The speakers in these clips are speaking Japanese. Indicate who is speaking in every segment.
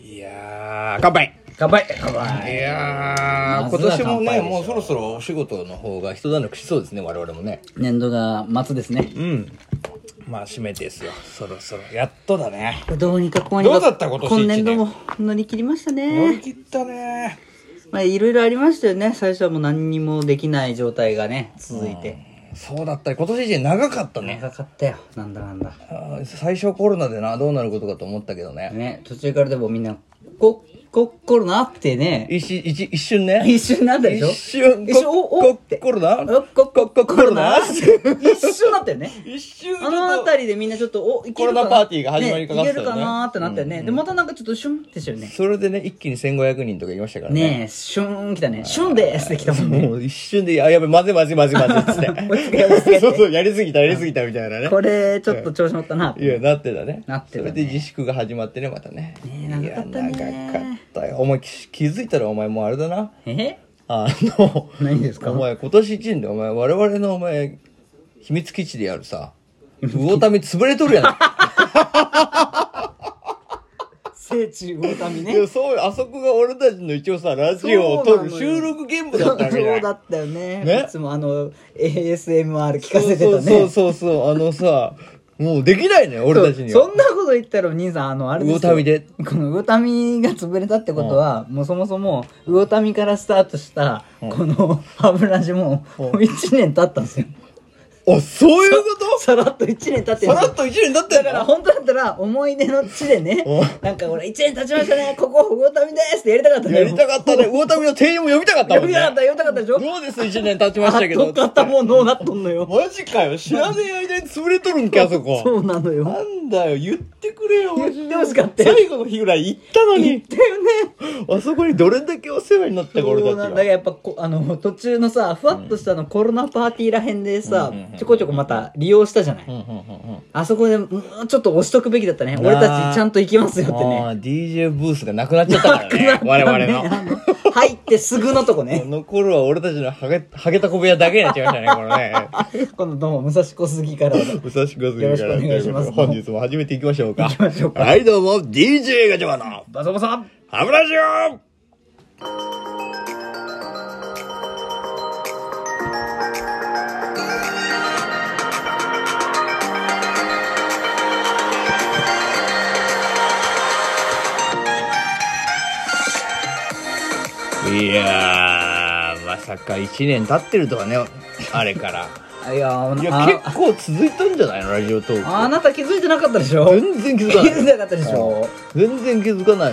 Speaker 1: いやー、乾杯
Speaker 2: 乾杯乾
Speaker 1: い
Speaker 2: 杯
Speaker 1: やー、
Speaker 2: ま
Speaker 1: 今
Speaker 2: ずは
Speaker 1: 年も
Speaker 2: 乾
Speaker 1: ね、
Speaker 2: 杯でしょ
Speaker 1: もうそろそろお仕事の方が一段落しそうですね、我々もね。
Speaker 2: 年度が末ですね
Speaker 1: うん。まあ、締めですよ。そろそろ。やっとだね。
Speaker 2: どうにかこうにか
Speaker 1: どうだった今年一年
Speaker 2: 年度も乗り切りました
Speaker 1: 乗り
Speaker 2: ね
Speaker 1: 切ったね。
Speaker 2: まあいろいろありましたよね最初はもう何にもできない状態がね続いて
Speaker 1: そうだったね。今年一年長かったね。
Speaker 2: 長かったよなんだなんだ
Speaker 1: あー最初コロナでな、どうなることかと思ったけどね。
Speaker 2: ね途中からでもみんなここコロナってね
Speaker 1: 一瞬、一一瞬ね。
Speaker 2: 一瞬なんだでしょ
Speaker 1: 一瞬、
Speaker 2: 一瞬おお
Speaker 1: こ
Speaker 2: って
Speaker 1: コロナ
Speaker 2: おここ
Speaker 1: こ
Speaker 2: コロナ
Speaker 1: コロ
Speaker 2: 一瞬だったよね
Speaker 1: 一瞬、
Speaker 2: あの辺りでみんなちょっとおいける
Speaker 1: コ
Speaker 2: かな
Speaker 1: ロナパーティーが始まりかかって
Speaker 2: ねい
Speaker 1: たよね
Speaker 2: けるかなーってなったよね、でまたなんかちょっとシュンってしてるね
Speaker 1: それでね、一気に1500人とかいましたからね。
Speaker 2: ねえ、シュン来たね。シュンでーすって来たもんね。
Speaker 1: もう一瞬で、あ、やべ、まずいまずいまずいまずいっつ
Speaker 2: 追いつけ追い
Speaker 1: っ
Speaker 2: つけ
Speaker 1: て。そうそう、やりすぎた、やりすぎたみたいなね。
Speaker 2: これ、ちょっと調子乗ったな。
Speaker 1: いや、なってたね。
Speaker 2: なってたね
Speaker 1: それで自粛が始まってね、またね。
Speaker 2: ねえ長かったね
Speaker 1: いや、長かったよ。お前、き気づいたらお前もうあれだな。
Speaker 2: え
Speaker 1: あの、
Speaker 2: 何ですか
Speaker 1: お前、今年一年で、お前、我々のお前、秘密基地でやるさ、魚民潰れとるやな い。
Speaker 2: 聖地魚民
Speaker 1: いや、そう、あそこが俺たちの一応さ、ラジオを撮る収録現場だったわけじゃな
Speaker 2: そ
Speaker 1: いう
Speaker 2: だったよね。
Speaker 1: ね
Speaker 2: いつもあの、ASMR 聞かせてたね。
Speaker 1: そうそうそうそう、あのさ、もうできないね、俺たちには。
Speaker 2: そんなこと言ったらお兄さん、あの、あれですよ
Speaker 1: 魚民で。
Speaker 2: この魚民が潰れたってことは、もうそもそも、魚民からスタートした、この歯ブラシも、もう1年経ったんですよ。
Speaker 1: あ、そういうこと
Speaker 2: さらっと1年経って
Speaker 1: さ
Speaker 2: るんです
Speaker 1: ら
Speaker 2: よ
Speaker 1: っと1年経ったよ
Speaker 2: だから本当だったら思い出の地でね
Speaker 1: お、
Speaker 2: なんかほら、一年経ちましたね、ここ、保護民ですってやりたかったね。
Speaker 1: やりたかったね。魚民の店員も呼びたかったも
Speaker 2: 読
Speaker 1: ん
Speaker 2: み
Speaker 1: ね。
Speaker 2: たかった、読みたかったでしょ
Speaker 1: どうです ?1 年経ちましたけ
Speaker 2: あ
Speaker 1: ど
Speaker 2: っ。とかったもん、どうなっとんのよ。
Speaker 1: マジかよ。知らねえ間に潰れとるんけ、あそ
Speaker 2: そ
Speaker 1: こ。
Speaker 2: うなの
Speaker 1: な
Speaker 2: よ。
Speaker 1: んだよ、言ってくれよ、マジで
Speaker 2: 言ってほしかったよ
Speaker 1: 最後の日ぐらい行ったの
Speaker 2: 言
Speaker 1: に、
Speaker 2: ったよね。
Speaker 1: あそこにどれだけお世話になったか、俺
Speaker 2: そうな
Speaker 1: た
Speaker 2: ん
Speaker 1: ち
Speaker 2: だ
Speaker 1: が。
Speaker 2: やっぱこ、あの、途中のさ、ふわっとしたあの、コロナパーティーらへんでさ、ちょこちょこまた利用したじゃない。
Speaker 1: うんうんうんうん
Speaker 2: あそこで、もうちょっと押しとくべきだったね。俺たちちゃんと行きますよってね。
Speaker 1: あー DJ ブースがなくなっちゃったからね
Speaker 2: な。
Speaker 1: 我々
Speaker 2: んか
Speaker 1: の。
Speaker 2: ねあの入ってすぐのとこね
Speaker 1: こ。 の頃は俺たちのハゲ、ハゲタコ部屋だけになっちゃいましたね、これね。
Speaker 2: 今度どうも、武蔵小杉から。
Speaker 1: 武蔵小杉から
Speaker 2: よろしくお願いします
Speaker 1: とうことで本日も始めていきましょうか。
Speaker 2: 行きましょうか
Speaker 1: はい、どうも、DJ ガチャマンの
Speaker 2: バサバサ
Speaker 1: ハブラジオいやー、まさか1年経ってるとはね、あれから。
Speaker 2: あいやー
Speaker 1: いや、
Speaker 2: あ
Speaker 1: 結構続いたんじゃないのラジオトーク。
Speaker 2: あなた気づいてなかったでしょ
Speaker 1: 全然気づかない。
Speaker 2: 気づかなかったでしょ
Speaker 1: 全然気づかない。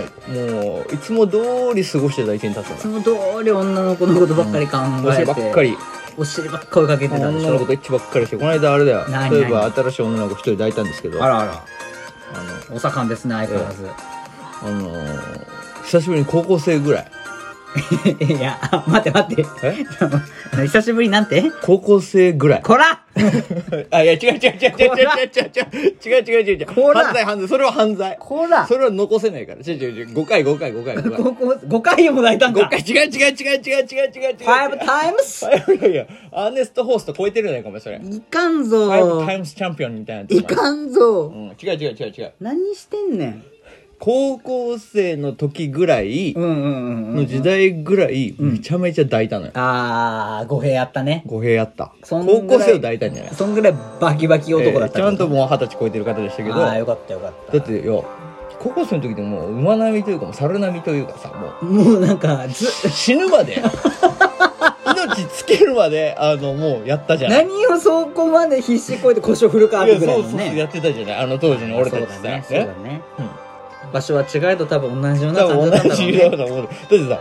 Speaker 1: もう、いつも通り過ごしてた1年経った
Speaker 2: そ
Speaker 1: な。
Speaker 2: の通り女の子のことばっかり考
Speaker 1: お
Speaker 2: えて、
Speaker 1: 尻ばっかり。
Speaker 2: お尻ばっか追いかけてた
Speaker 1: 女
Speaker 2: でし
Speaker 1: の子
Speaker 2: ょ
Speaker 1: とエッチばっかりして、この間あれだよ。
Speaker 2: 何
Speaker 1: 例えば
Speaker 2: 何
Speaker 1: 新しい女の子一人抱いたんですけど、
Speaker 2: あ
Speaker 1: あ
Speaker 2: らあらお盛んですね相変わらず、
Speaker 1: の、あのー久しぶりに高校生ぐらい。
Speaker 2: いやあ待って待って
Speaker 1: え
Speaker 2: 久しぶりなんて
Speaker 1: 高校生ぐらい。
Speaker 2: こら
Speaker 1: あ、いや、違う違う違う違う違う違う違う違う
Speaker 2: こら
Speaker 1: 違う違う違う違う。
Speaker 2: こら
Speaker 1: 犯罪犯罪。それは犯罪。
Speaker 2: こら
Speaker 1: それは残せないから。違う違う違う。5回5回5回5回。
Speaker 2: 高校5回も抱いたん
Speaker 1: 5
Speaker 2: か
Speaker 1: 回違う違う違う違う違う違う違う。
Speaker 2: 5タイムス
Speaker 1: いやいや、アーネスト・ホースト超えてるね、ごめん、それ。
Speaker 2: いか
Speaker 1: タイ
Speaker 2: ん
Speaker 1: ム
Speaker 2: ぞ
Speaker 1: タイムスチャンピオンみたいなやつ。
Speaker 2: いかんぞ
Speaker 1: うん、違う違う違う違う。
Speaker 2: 何してんねん
Speaker 1: 高校生の時ぐらい
Speaker 2: うんうんうんうん
Speaker 1: の時代ぐらい、めちゃめちゃ抱いたのよ。
Speaker 2: ああ語弊あったね
Speaker 1: 語弊あった。
Speaker 2: そ
Speaker 1: 高
Speaker 2: んぐらい
Speaker 1: 校生を抱いたんじゃない
Speaker 2: そんぐらいバキバキ男だった
Speaker 1: えーち
Speaker 2: から
Speaker 1: ゃんともう二十歳超えてる方でしたけど、
Speaker 2: ああよ
Speaker 1: だ
Speaker 2: かったよかった
Speaker 1: ってよ、高校生の時でもう馬並みというか、もう猿並みというかさ、もう
Speaker 2: もうなんかず
Speaker 1: 死ぬ まで、命つけるまで、あの、もうやったじゃん。
Speaker 2: 何をそこまで必死こいて腰を振るかっ
Speaker 1: いや
Speaker 2: て
Speaker 1: そ
Speaker 2: ぐ
Speaker 1: う
Speaker 2: らい
Speaker 1: そう
Speaker 2: の
Speaker 1: そう
Speaker 2: ね
Speaker 1: やってたじゃないあの当時の俺たち
Speaker 2: そ
Speaker 1: さ
Speaker 2: うだねそう
Speaker 1: ね
Speaker 2: だね
Speaker 1: うん
Speaker 2: 場所は違えど多分同じような
Speaker 1: 多
Speaker 2: 感じだっ
Speaker 1: 分同
Speaker 2: たんだろう
Speaker 1: じ
Speaker 2: ね
Speaker 1: ようなものだってさ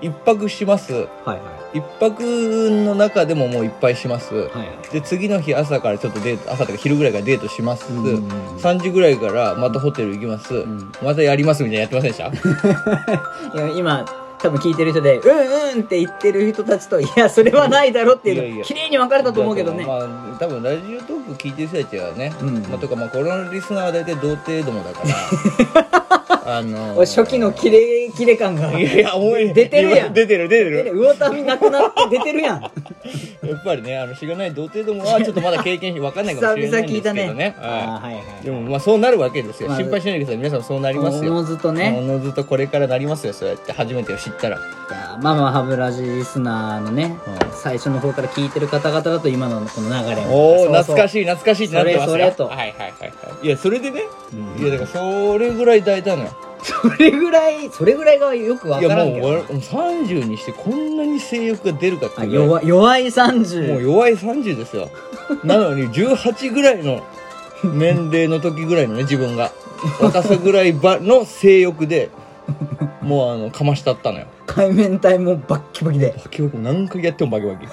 Speaker 1: 一泊します
Speaker 2: はいは
Speaker 1: 一泊の中でももういっぱいします
Speaker 2: いはいはい
Speaker 1: で次の日朝からちょっとデート朝とか昼ぐらいからデートします
Speaker 2: うんうんうん
Speaker 1: 3時ぐらいからまたホテル行きます、
Speaker 2: ん
Speaker 1: またやりますみたいなやってませんでした
Speaker 2: いや今多分聞いてる人でうんうんって言ってる人たちといやそれはないだろって
Speaker 1: いや
Speaker 2: い
Speaker 1: いう
Speaker 2: の
Speaker 1: や
Speaker 2: 綺麗に分かれたと思うけどね
Speaker 1: まあ多分ラジオトーク聞いてる人たちはね、
Speaker 2: うん
Speaker 1: まあ、とかまあこのリスナーは大体童貞どもだから あのー
Speaker 2: おい初期のキレキレ感が
Speaker 1: いやいや、おい
Speaker 2: 出てるやん
Speaker 1: 出てる、出て
Speaker 2: 出てる
Speaker 1: る。
Speaker 2: 魚民なくなって出てるやん
Speaker 1: やっぱりねあのしがない童貞ども はちょっとまだ経験分かんないかもしれないんですけどね
Speaker 2: 久々聞いたねあー
Speaker 1: は
Speaker 2: はいいはい
Speaker 1: でもまあそうなるわけですよ、
Speaker 2: まあ
Speaker 1: 心配しないでください皆さんそうなりますよ
Speaker 2: おのずとね
Speaker 1: おのずとこれからなりますよそうやって初めてを知ったら
Speaker 2: いやまあまあ歯ブラシリスナーのね、
Speaker 1: うん
Speaker 2: 最初の方から聞いてる方々だと今のこの流れも
Speaker 1: おお懐か
Speaker 2: い
Speaker 1: しい懐かしいってなってますよ
Speaker 2: それそれと
Speaker 1: はいはいはいはいいやそれでね、いやだからそれぐらい大胆なのよ
Speaker 2: それぐらいそれぐらいがよく
Speaker 1: い
Speaker 2: わか
Speaker 1: や
Speaker 2: ら
Speaker 1: も
Speaker 2: ん
Speaker 1: う
Speaker 2: け
Speaker 1: わ
Speaker 2: ど
Speaker 1: もう30にしてこんなに性欲が出るかって
Speaker 2: あ
Speaker 1: いうぐらい
Speaker 2: 弱弱い
Speaker 1: もう
Speaker 2: 30
Speaker 1: 弱い30です よなのに18ぐらいの年齢の時ぐらいのね自分が若さぐらいばの性欲でもうあのかましたったのよ
Speaker 2: 海面体もバッキバキで
Speaker 1: バキバキ何回やってもバキバキ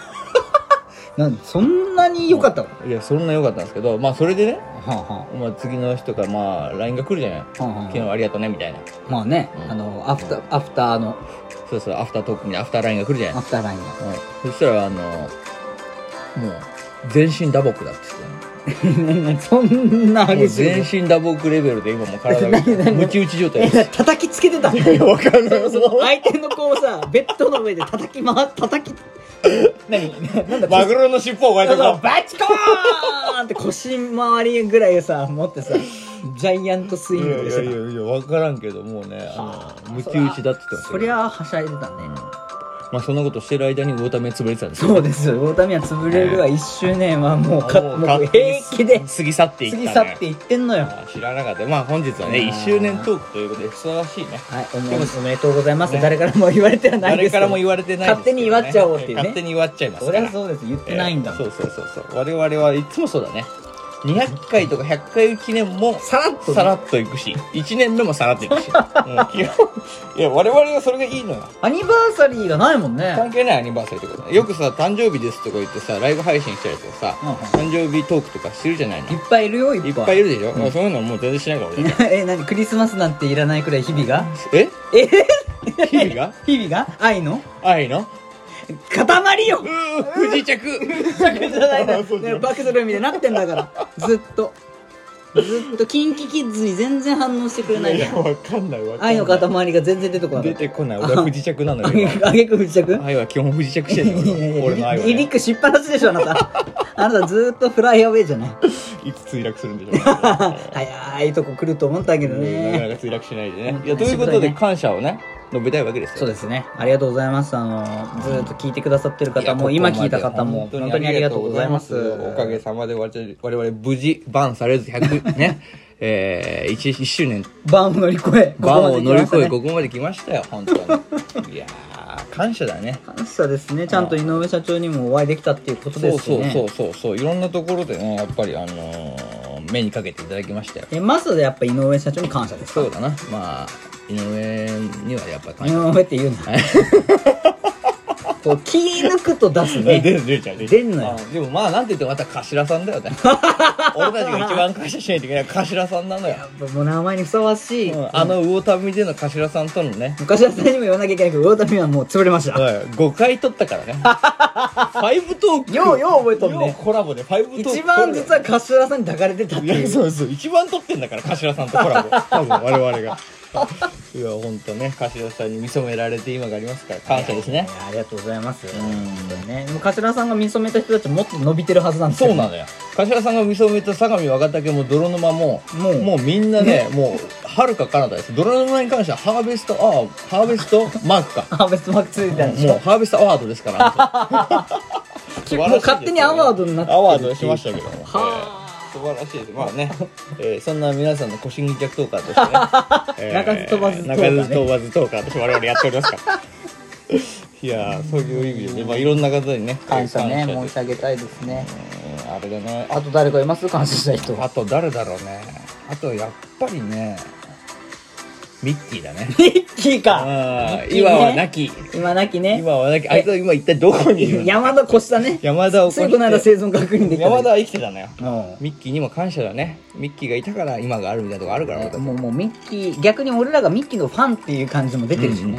Speaker 2: なんそんなに良かったの、
Speaker 1: いやそんな良かったんですけどまあそれでね、
Speaker 2: はあは
Speaker 1: まあ、次の日とかまあ LINE が来るじゃない
Speaker 2: あはあは
Speaker 1: 昨日ありがとうねみたいな
Speaker 2: あまあね、
Speaker 1: うん
Speaker 2: あのアフターアフターの
Speaker 1: そうそうアフタートークにアフター LINE が来るじゃない
Speaker 2: アフターラインが
Speaker 1: そしたらあのもう全身打撲だって言ってたね
Speaker 2: そんな
Speaker 1: もう
Speaker 2: 激しい
Speaker 1: 全身打撲レベルで今もう体が
Speaker 2: 何何
Speaker 1: ムチ打ち状態
Speaker 2: え
Speaker 1: です
Speaker 2: 叩きつけ てたんだ
Speaker 1: いや
Speaker 2: よ
Speaker 1: わかんない
Speaker 2: その相手の子をさベッドの上で叩き回す 叩き何なんだ
Speaker 1: マグロの尻尾を
Speaker 2: そう
Speaker 1: 割い
Speaker 2: そう
Speaker 1: た
Speaker 2: バチコーンって腰回りぐらいさ持ってさジャイアントスイン
Speaker 1: い
Speaker 2: グ
Speaker 1: やい
Speaker 2: で
Speaker 1: や
Speaker 2: さ
Speaker 1: いやいや分からんけどもうねあのムチ打ちだって言ってました
Speaker 2: そ
Speaker 1: けど
Speaker 2: りゃはしゃいでたね
Speaker 1: まあそんなことしてる間に魚ため潰れてたんですよ
Speaker 2: そうです大谷は潰れるわ一周年はもうか
Speaker 1: もう
Speaker 2: もう平気で
Speaker 1: 過ぎ去っていった、
Speaker 2: 過
Speaker 1: ね、
Speaker 2: ぎ去っていってんのよ
Speaker 1: まあ知らなかったまあ本日はね
Speaker 2: うん
Speaker 1: 1周年トークということでふさわしいね
Speaker 2: はいおめおめでとうございます誰からも言われてはないで
Speaker 1: 誰
Speaker 2: す
Speaker 1: からも言
Speaker 2: わ
Speaker 1: われてないです
Speaker 2: 勝手に祝っちゃおうっていうね
Speaker 1: 勝手に祝っちゃいます
Speaker 2: そ
Speaker 1: か
Speaker 2: り
Speaker 1: ら
Speaker 2: ゃそうです言ってないんだもん
Speaker 1: そうそうそうそう我々はいつもそうだね200回とか100回記念も
Speaker 2: さらっとね
Speaker 1: さらっといくし1年目もさらっとい くし、うん基本いや我々はそれがいいのよ
Speaker 2: アニバーサリーがないもんね
Speaker 1: 関係ないアニバーサリーとかねよくさ誕生日ですとか言ってさライブ配信したりとかさ、
Speaker 2: うんう
Speaker 1: 誕
Speaker 2: ん
Speaker 1: 生日トークとかしてるじゃないの
Speaker 2: いっぱいいるよ
Speaker 1: い
Speaker 2: い
Speaker 1: っ
Speaker 2: っ
Speaker 1: ぱ
Speaker 2: ぱ
Speaker 1: いい
Speaker 2: い
Speaker 1: るでしょ、そういうのはもう全然しないから俺
Speaker 2: え何クリスマスなんていらないくらい日々が
Speaker 1: え
Speaker 2: え
Speaker 1: 日々が
Speaker 2: 日々が愛の
Speaker 1: 愛の
Speaker 2: 塊よ
Speaker 1: うー不時着
Speaker 2: じゃないな
Speaker 1: そうじゃん
Speaker 2: バックするみたいになってんだからずっとずっとキンキキッズに全然反応してくれない
Speaker 1: い
Speaker 2: じゃ
Speaker 1: や
Speaker 2: ん
Speaker 1: わかんないわかんない
Speaker 2: 愛の塊が全然出てこない
Speaker 1: 出てこない俺は不時着なの
Speaker 2: あ
Speaker 1: よ
Speaker 2: げ
Speaker 1: 今
Speaker 2: くあげく不時着
Speaker 1: 愛は基本不時着してるの
Speaker 2: いやいや
Speaker 1: 俺
Speaker 2: いや
Speaker 1: の俺の愛は、
Speaker 2: リリッ
Speaker 1: ね、
Speaker 2: クしっぱなしでしょあなたあなたずっとフライアウェイじゃない
Speaker 1: いつ墜落するんでしょう ねなか
Speaker 2: 早いとこ来ると思ったけど
Speaker 1: な
Speaker 2: ね
Speaker 1: か墜落しないでね
Speaker 2: うん
Speaker 1: いやというこ
Speaker 2: しぶと
Speaker 1: と
Speaker 2: い
Speaker 1: で
Speaker 2: ね
Speaker 1: 感謝をね述べたいわけですよ
Speaker 2: そうですねありがとうございますあのずっと聞いてくださってる
Speaker 1: いや
Speaker 2: 方
Speaker 1: ここ
Speaker 2: も
Speaker 1: まで
Speaker 2: 今聞いた方も本当にありがとうございます
Speaker 1: おかげさまで我々我々無事バンされ ず100ねえー、1, 周年
Speaker 2: バンを乗り越えこ
Speaker 1: バ
Speaker 2: こま
Speaker 1: ン
Speaker 2: で
Speaker 1: を
Speaker 2: 来
Speaker 1: 乗り
Speaker 2: ました
Speaker 1: 越
Speaker 2: ね
Speaker 1: えここまで来ましたよ本当に いやー感謝だね
Speaker 2: 感謝ですねちゃんと井上社長にもお会いできたっていうこ
Speaker 1: そ
Speaker 2: とで
Speaker 1: う
Speaker 2: すし
Speaker 1: そう
Speaker 2: ね
Speaker 1: そうそうそういろんなところでねやっぱりあのー目にかけていただきましたよ
Speaker 2: えまずやっぱ井上社長に感謝ですか
Speaker 1: そうだなまあ井上にはやっぱ感
Speaker 2: 井
Speaker 1: 謝
Speaker 2: 上って言うなこう気抜くと出す
Speaker 1: 出
Speaker 2: ね
Speaker 1: る出るじゃん
Speaker 2: 出んのよ
Speaker 1: あでもまあなんて言ってもまた頭さんだよ ね俺たちが一番感謝しないといけない頭さんなのよ
Speaker 2: もう名前にふさわしい、
Speaker 1: うんあの魚民での頭さんとのね、
Speaker 2: 昔は誰にも言わなきゃいけないけど魚民はもう潰れました、
Speaker 1: 5回取ったからね。ファイブトーク。
Speaker 2: ようよう覚えとんね
Speaker 1: ようコラボでファイブトーク。
Speaker 2: 一番実は柏さんに抱かれてたって
Speaker 1: い
Speaker 2: い
Speaker 1: や、
Speaker 2: う
Speaker 1: そうそう。一番取ってんだから、頭さんとコ ラボ。多分我々が。いや、ほんとね、頭さんに見初められて今がありますから、感謝ですね
Speaker 2: い。やありがとうございます本当にねもう柏さんが見初めた人たちもっと伸びてるはずなんです
Speaker 1: そうな
Speaker 2: な
Speaker 1: のよ。頭さんが見初めた相模若竹も泥沼も、
Speaker 2: もう
Speaker 1: もうみんなね、もう、はるか彼方です。泥沼に関してはハーベスト、ああ、ハーベストマークか。
Speaker 2: ハーベストマークついてたんでしょ
Speaker 1: もうハーベストアワードですから。素晴らしい
Speaker 2: もう勝手にアワードになっ てるっていう
Speaker 1: アワードしましたけども。え
Speaker 2: は
Speaker 1: ー素晴らしいです。まあね、 えーそんな皆さんの腰に逆トーカーとして ね、
Speaker 2: 鳴かず飛ばずトーカーね
Speaker 1: 鳴かず飛ばずトーカーとして我々やっております から。いやーそういう意味でね、まあいろんな方にね、
Speaker 2: 感謝ね
Speaker 1: 感謝
Speaker 2: 申し上げたいですね
Speaker 1: うんあれだね。
Speaker 2: あと誰かいます感謝したい人
Speaker 1: あと誰だろうね。あとやっぱりね、ミッキーだね。
Speaker 2: ミッキー
Speaker 1: あ
Speaker 2: か
Speaker 1: ー今はな
Speaker 2: ね
Speaker 1: き。
Speaker 2: 今なきね
Speaker 1: 今はなき。あいつは今一体どこにいるの
Speaker 2: 山田越したね
Speaker 1: 山田を
Speaker 2: ついこの間生存確認できた
Speaker 1: 山田は生きてたのよ。
Speaker 2: うん
Speaker 1: ミッキーにも感謝だねミッキーがいたから今があるみたいなとこあるから俺たち
Speaker 2: もうもうミッキー逆に俺らがミッキーのファンっていう感じも出てるしね、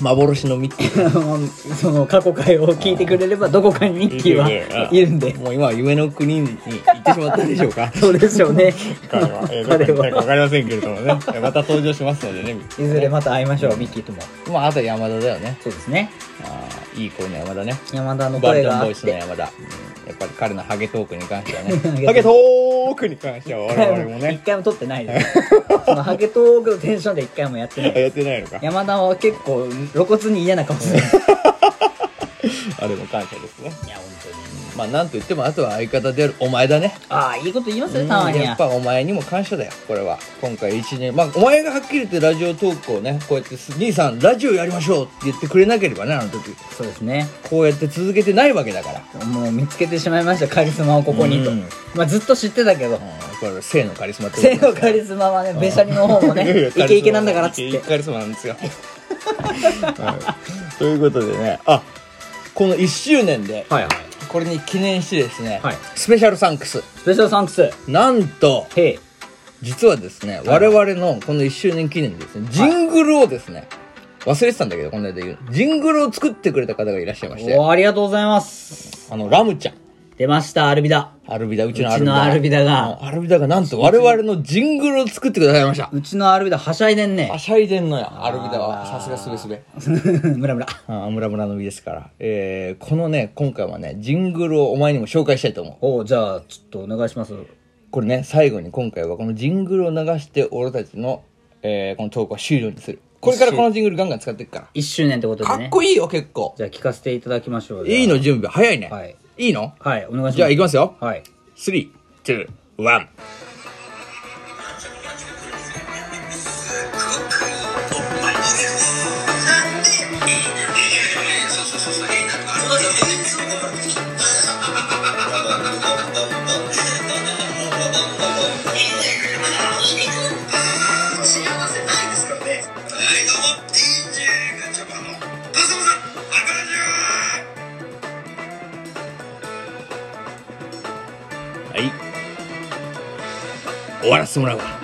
Speaker 1: 幻のミッキー
Speaker 2: その過去回を聞いてくれればどこかにミッキーはいるんで
Speaker 1: もう今は夢の国に行ってしまったでしょうか
Speaker 2: そうでしょうね
Speaker 1: 彼は、えー、どこに行
Speaker 2: 彼
Speaker 1: ったか
Speaker 2: は
Speaker 1: 分かりませんけれどもねえーまた登場しますのでねミッキ
Speaker 2: い
Speaker 1: ー
Speaker 2: ずれまた会いましょうミッキーとも
Speaker 1: まああとは山田だよね
Speaker 2: そうですね
Speaker 1: あいい子の山田ね
Speaker 2: 山田の
Speaker 1: バ
Speaker 2: 声
Speaker 1: ルト
Speaker 2: が
Speaker 1: ン
Speaker 2: あ
Speaker 1: ボ
Speaker 2: っ
Speaker 1: イスの
Speaker 2: て
Speaker 1: 山田、うんやっぱり彼のハゲトークに関してはね
Speaker 2: ハ
Speaker 1: ハ
Speaker 2: ゲ
Speaker 1: ゲ
Speaker 2: ト
Speaker 1: トークに関しては
Speaker 2: 一
Speaker 1: 我
Speaker 2: 回
Speaker 1: 々も
Speaker 2: も 一
Speaker 1: ね
Speaker 2: 回も撮ってな いですそのハゲトークのテンションで一回もやってない
Speaker 1: やってないのか
Speaker 2: 山田は結構露骨に嫌な顔する
Speaker 1: あれも感謝ですね
Speaker 2: いや本当に
Speaker 1: まあなんといってもあとは相方であるお前だね
Speaker 2: ああいいこと言います
Speaker 1: う
Speaker 2: ね
Speaker 1: ん
Speaker 2: たまに
Speaker 1: やっぱ
Speaker 2: は
Speaker 1: お前にも感謝だよこれは今回一年まあお前がはっきり言ってラジオトークをねこうやってす兄さんラジオやりましょうって言ってくれなければねあの時
Speaker 2: そうですね
Speaker 1: こうやって続けてないわけだから
Speaker 2: もう見つけてしまいましたカリスマをここにと
Speaker 1: うん
Speaker 2: まあずっと知ってたけ
Speaker 1: う
Speaker 2: ど
Speaker 1: んこれ性のカリスマってこと
Speaker 2: 西洋カリスマはねべしゃりの方もねイケイケなんだからっつっ
Speaker 1: イケイ
Speaker 2: て
Speaker 1: ケカリスマなんですよ、はいということでねあこの1周年で
Speaker 2: はいはい
Speaker 1: これに記念してですね、
Speaker 2: はい
Speaker 1: スペシャルサンクス
Speaker 2: スペシャルサンクスへ
Speaker 1: なんと
Speaker 2: え
Speaker 1: 実はですね、
Speaker 2: はい
Speaker 1: 我々のこの1周年記念でですねジングルをですね、忘れてたんだけどこの間言うジングルを作ってくれた方がいらっしゃいまして
Speaker 2: おーありがとうございます
Speaker 1: あのラムちゃん
Speaker 2: 出ましたアルビダ
Speaker 1: アルビダうちの
Speaker 2: う
Speaker 1: ア
Speaker 2: ち
Speaker 1: ルビダ
Speaker 2: のアルビダが
Speaker 1: うんアルビダがなんと我々のジングルを作ってくださいました
Speaker 2: うちのアルビダはしゃいでんね
Speaker 1: あしゃいでんのやアルビダは
Speaker 2: あー
Speaker 1: さすがすべすべ
Speaker 2: ムラムラ
Speaker 1: あムラムラの実ですから、えー、このね今回はねジングルをお前にも紹介したいと思う
Speaker 2: おうじゃあちょっとお願いします
Speaker 1: これね最後に今回はこのジングルを流して俺たちの、えー、このトークは終了にするこれからこのジングルガンガン使っていくか
Speaker 2: 1周年ってこと
Speaker 1: らか
Speaker 2: で
Speaker 1: っ
Speaker 2: ね
Speaker 1: こいいよ結構
Speaker 2: じゃあ聞かせていただきましょう
Speaker 1: いい
Speaker 2: の
Speaker 1: の準備早いね、
Speaker 2: はい
Speaker 1: いいの
Speaker 2: はいお願いします
Speaker 1: じゃあいきますよ
Speaker 2: はい
Speaker 1: 321はい終わらせてもらうわ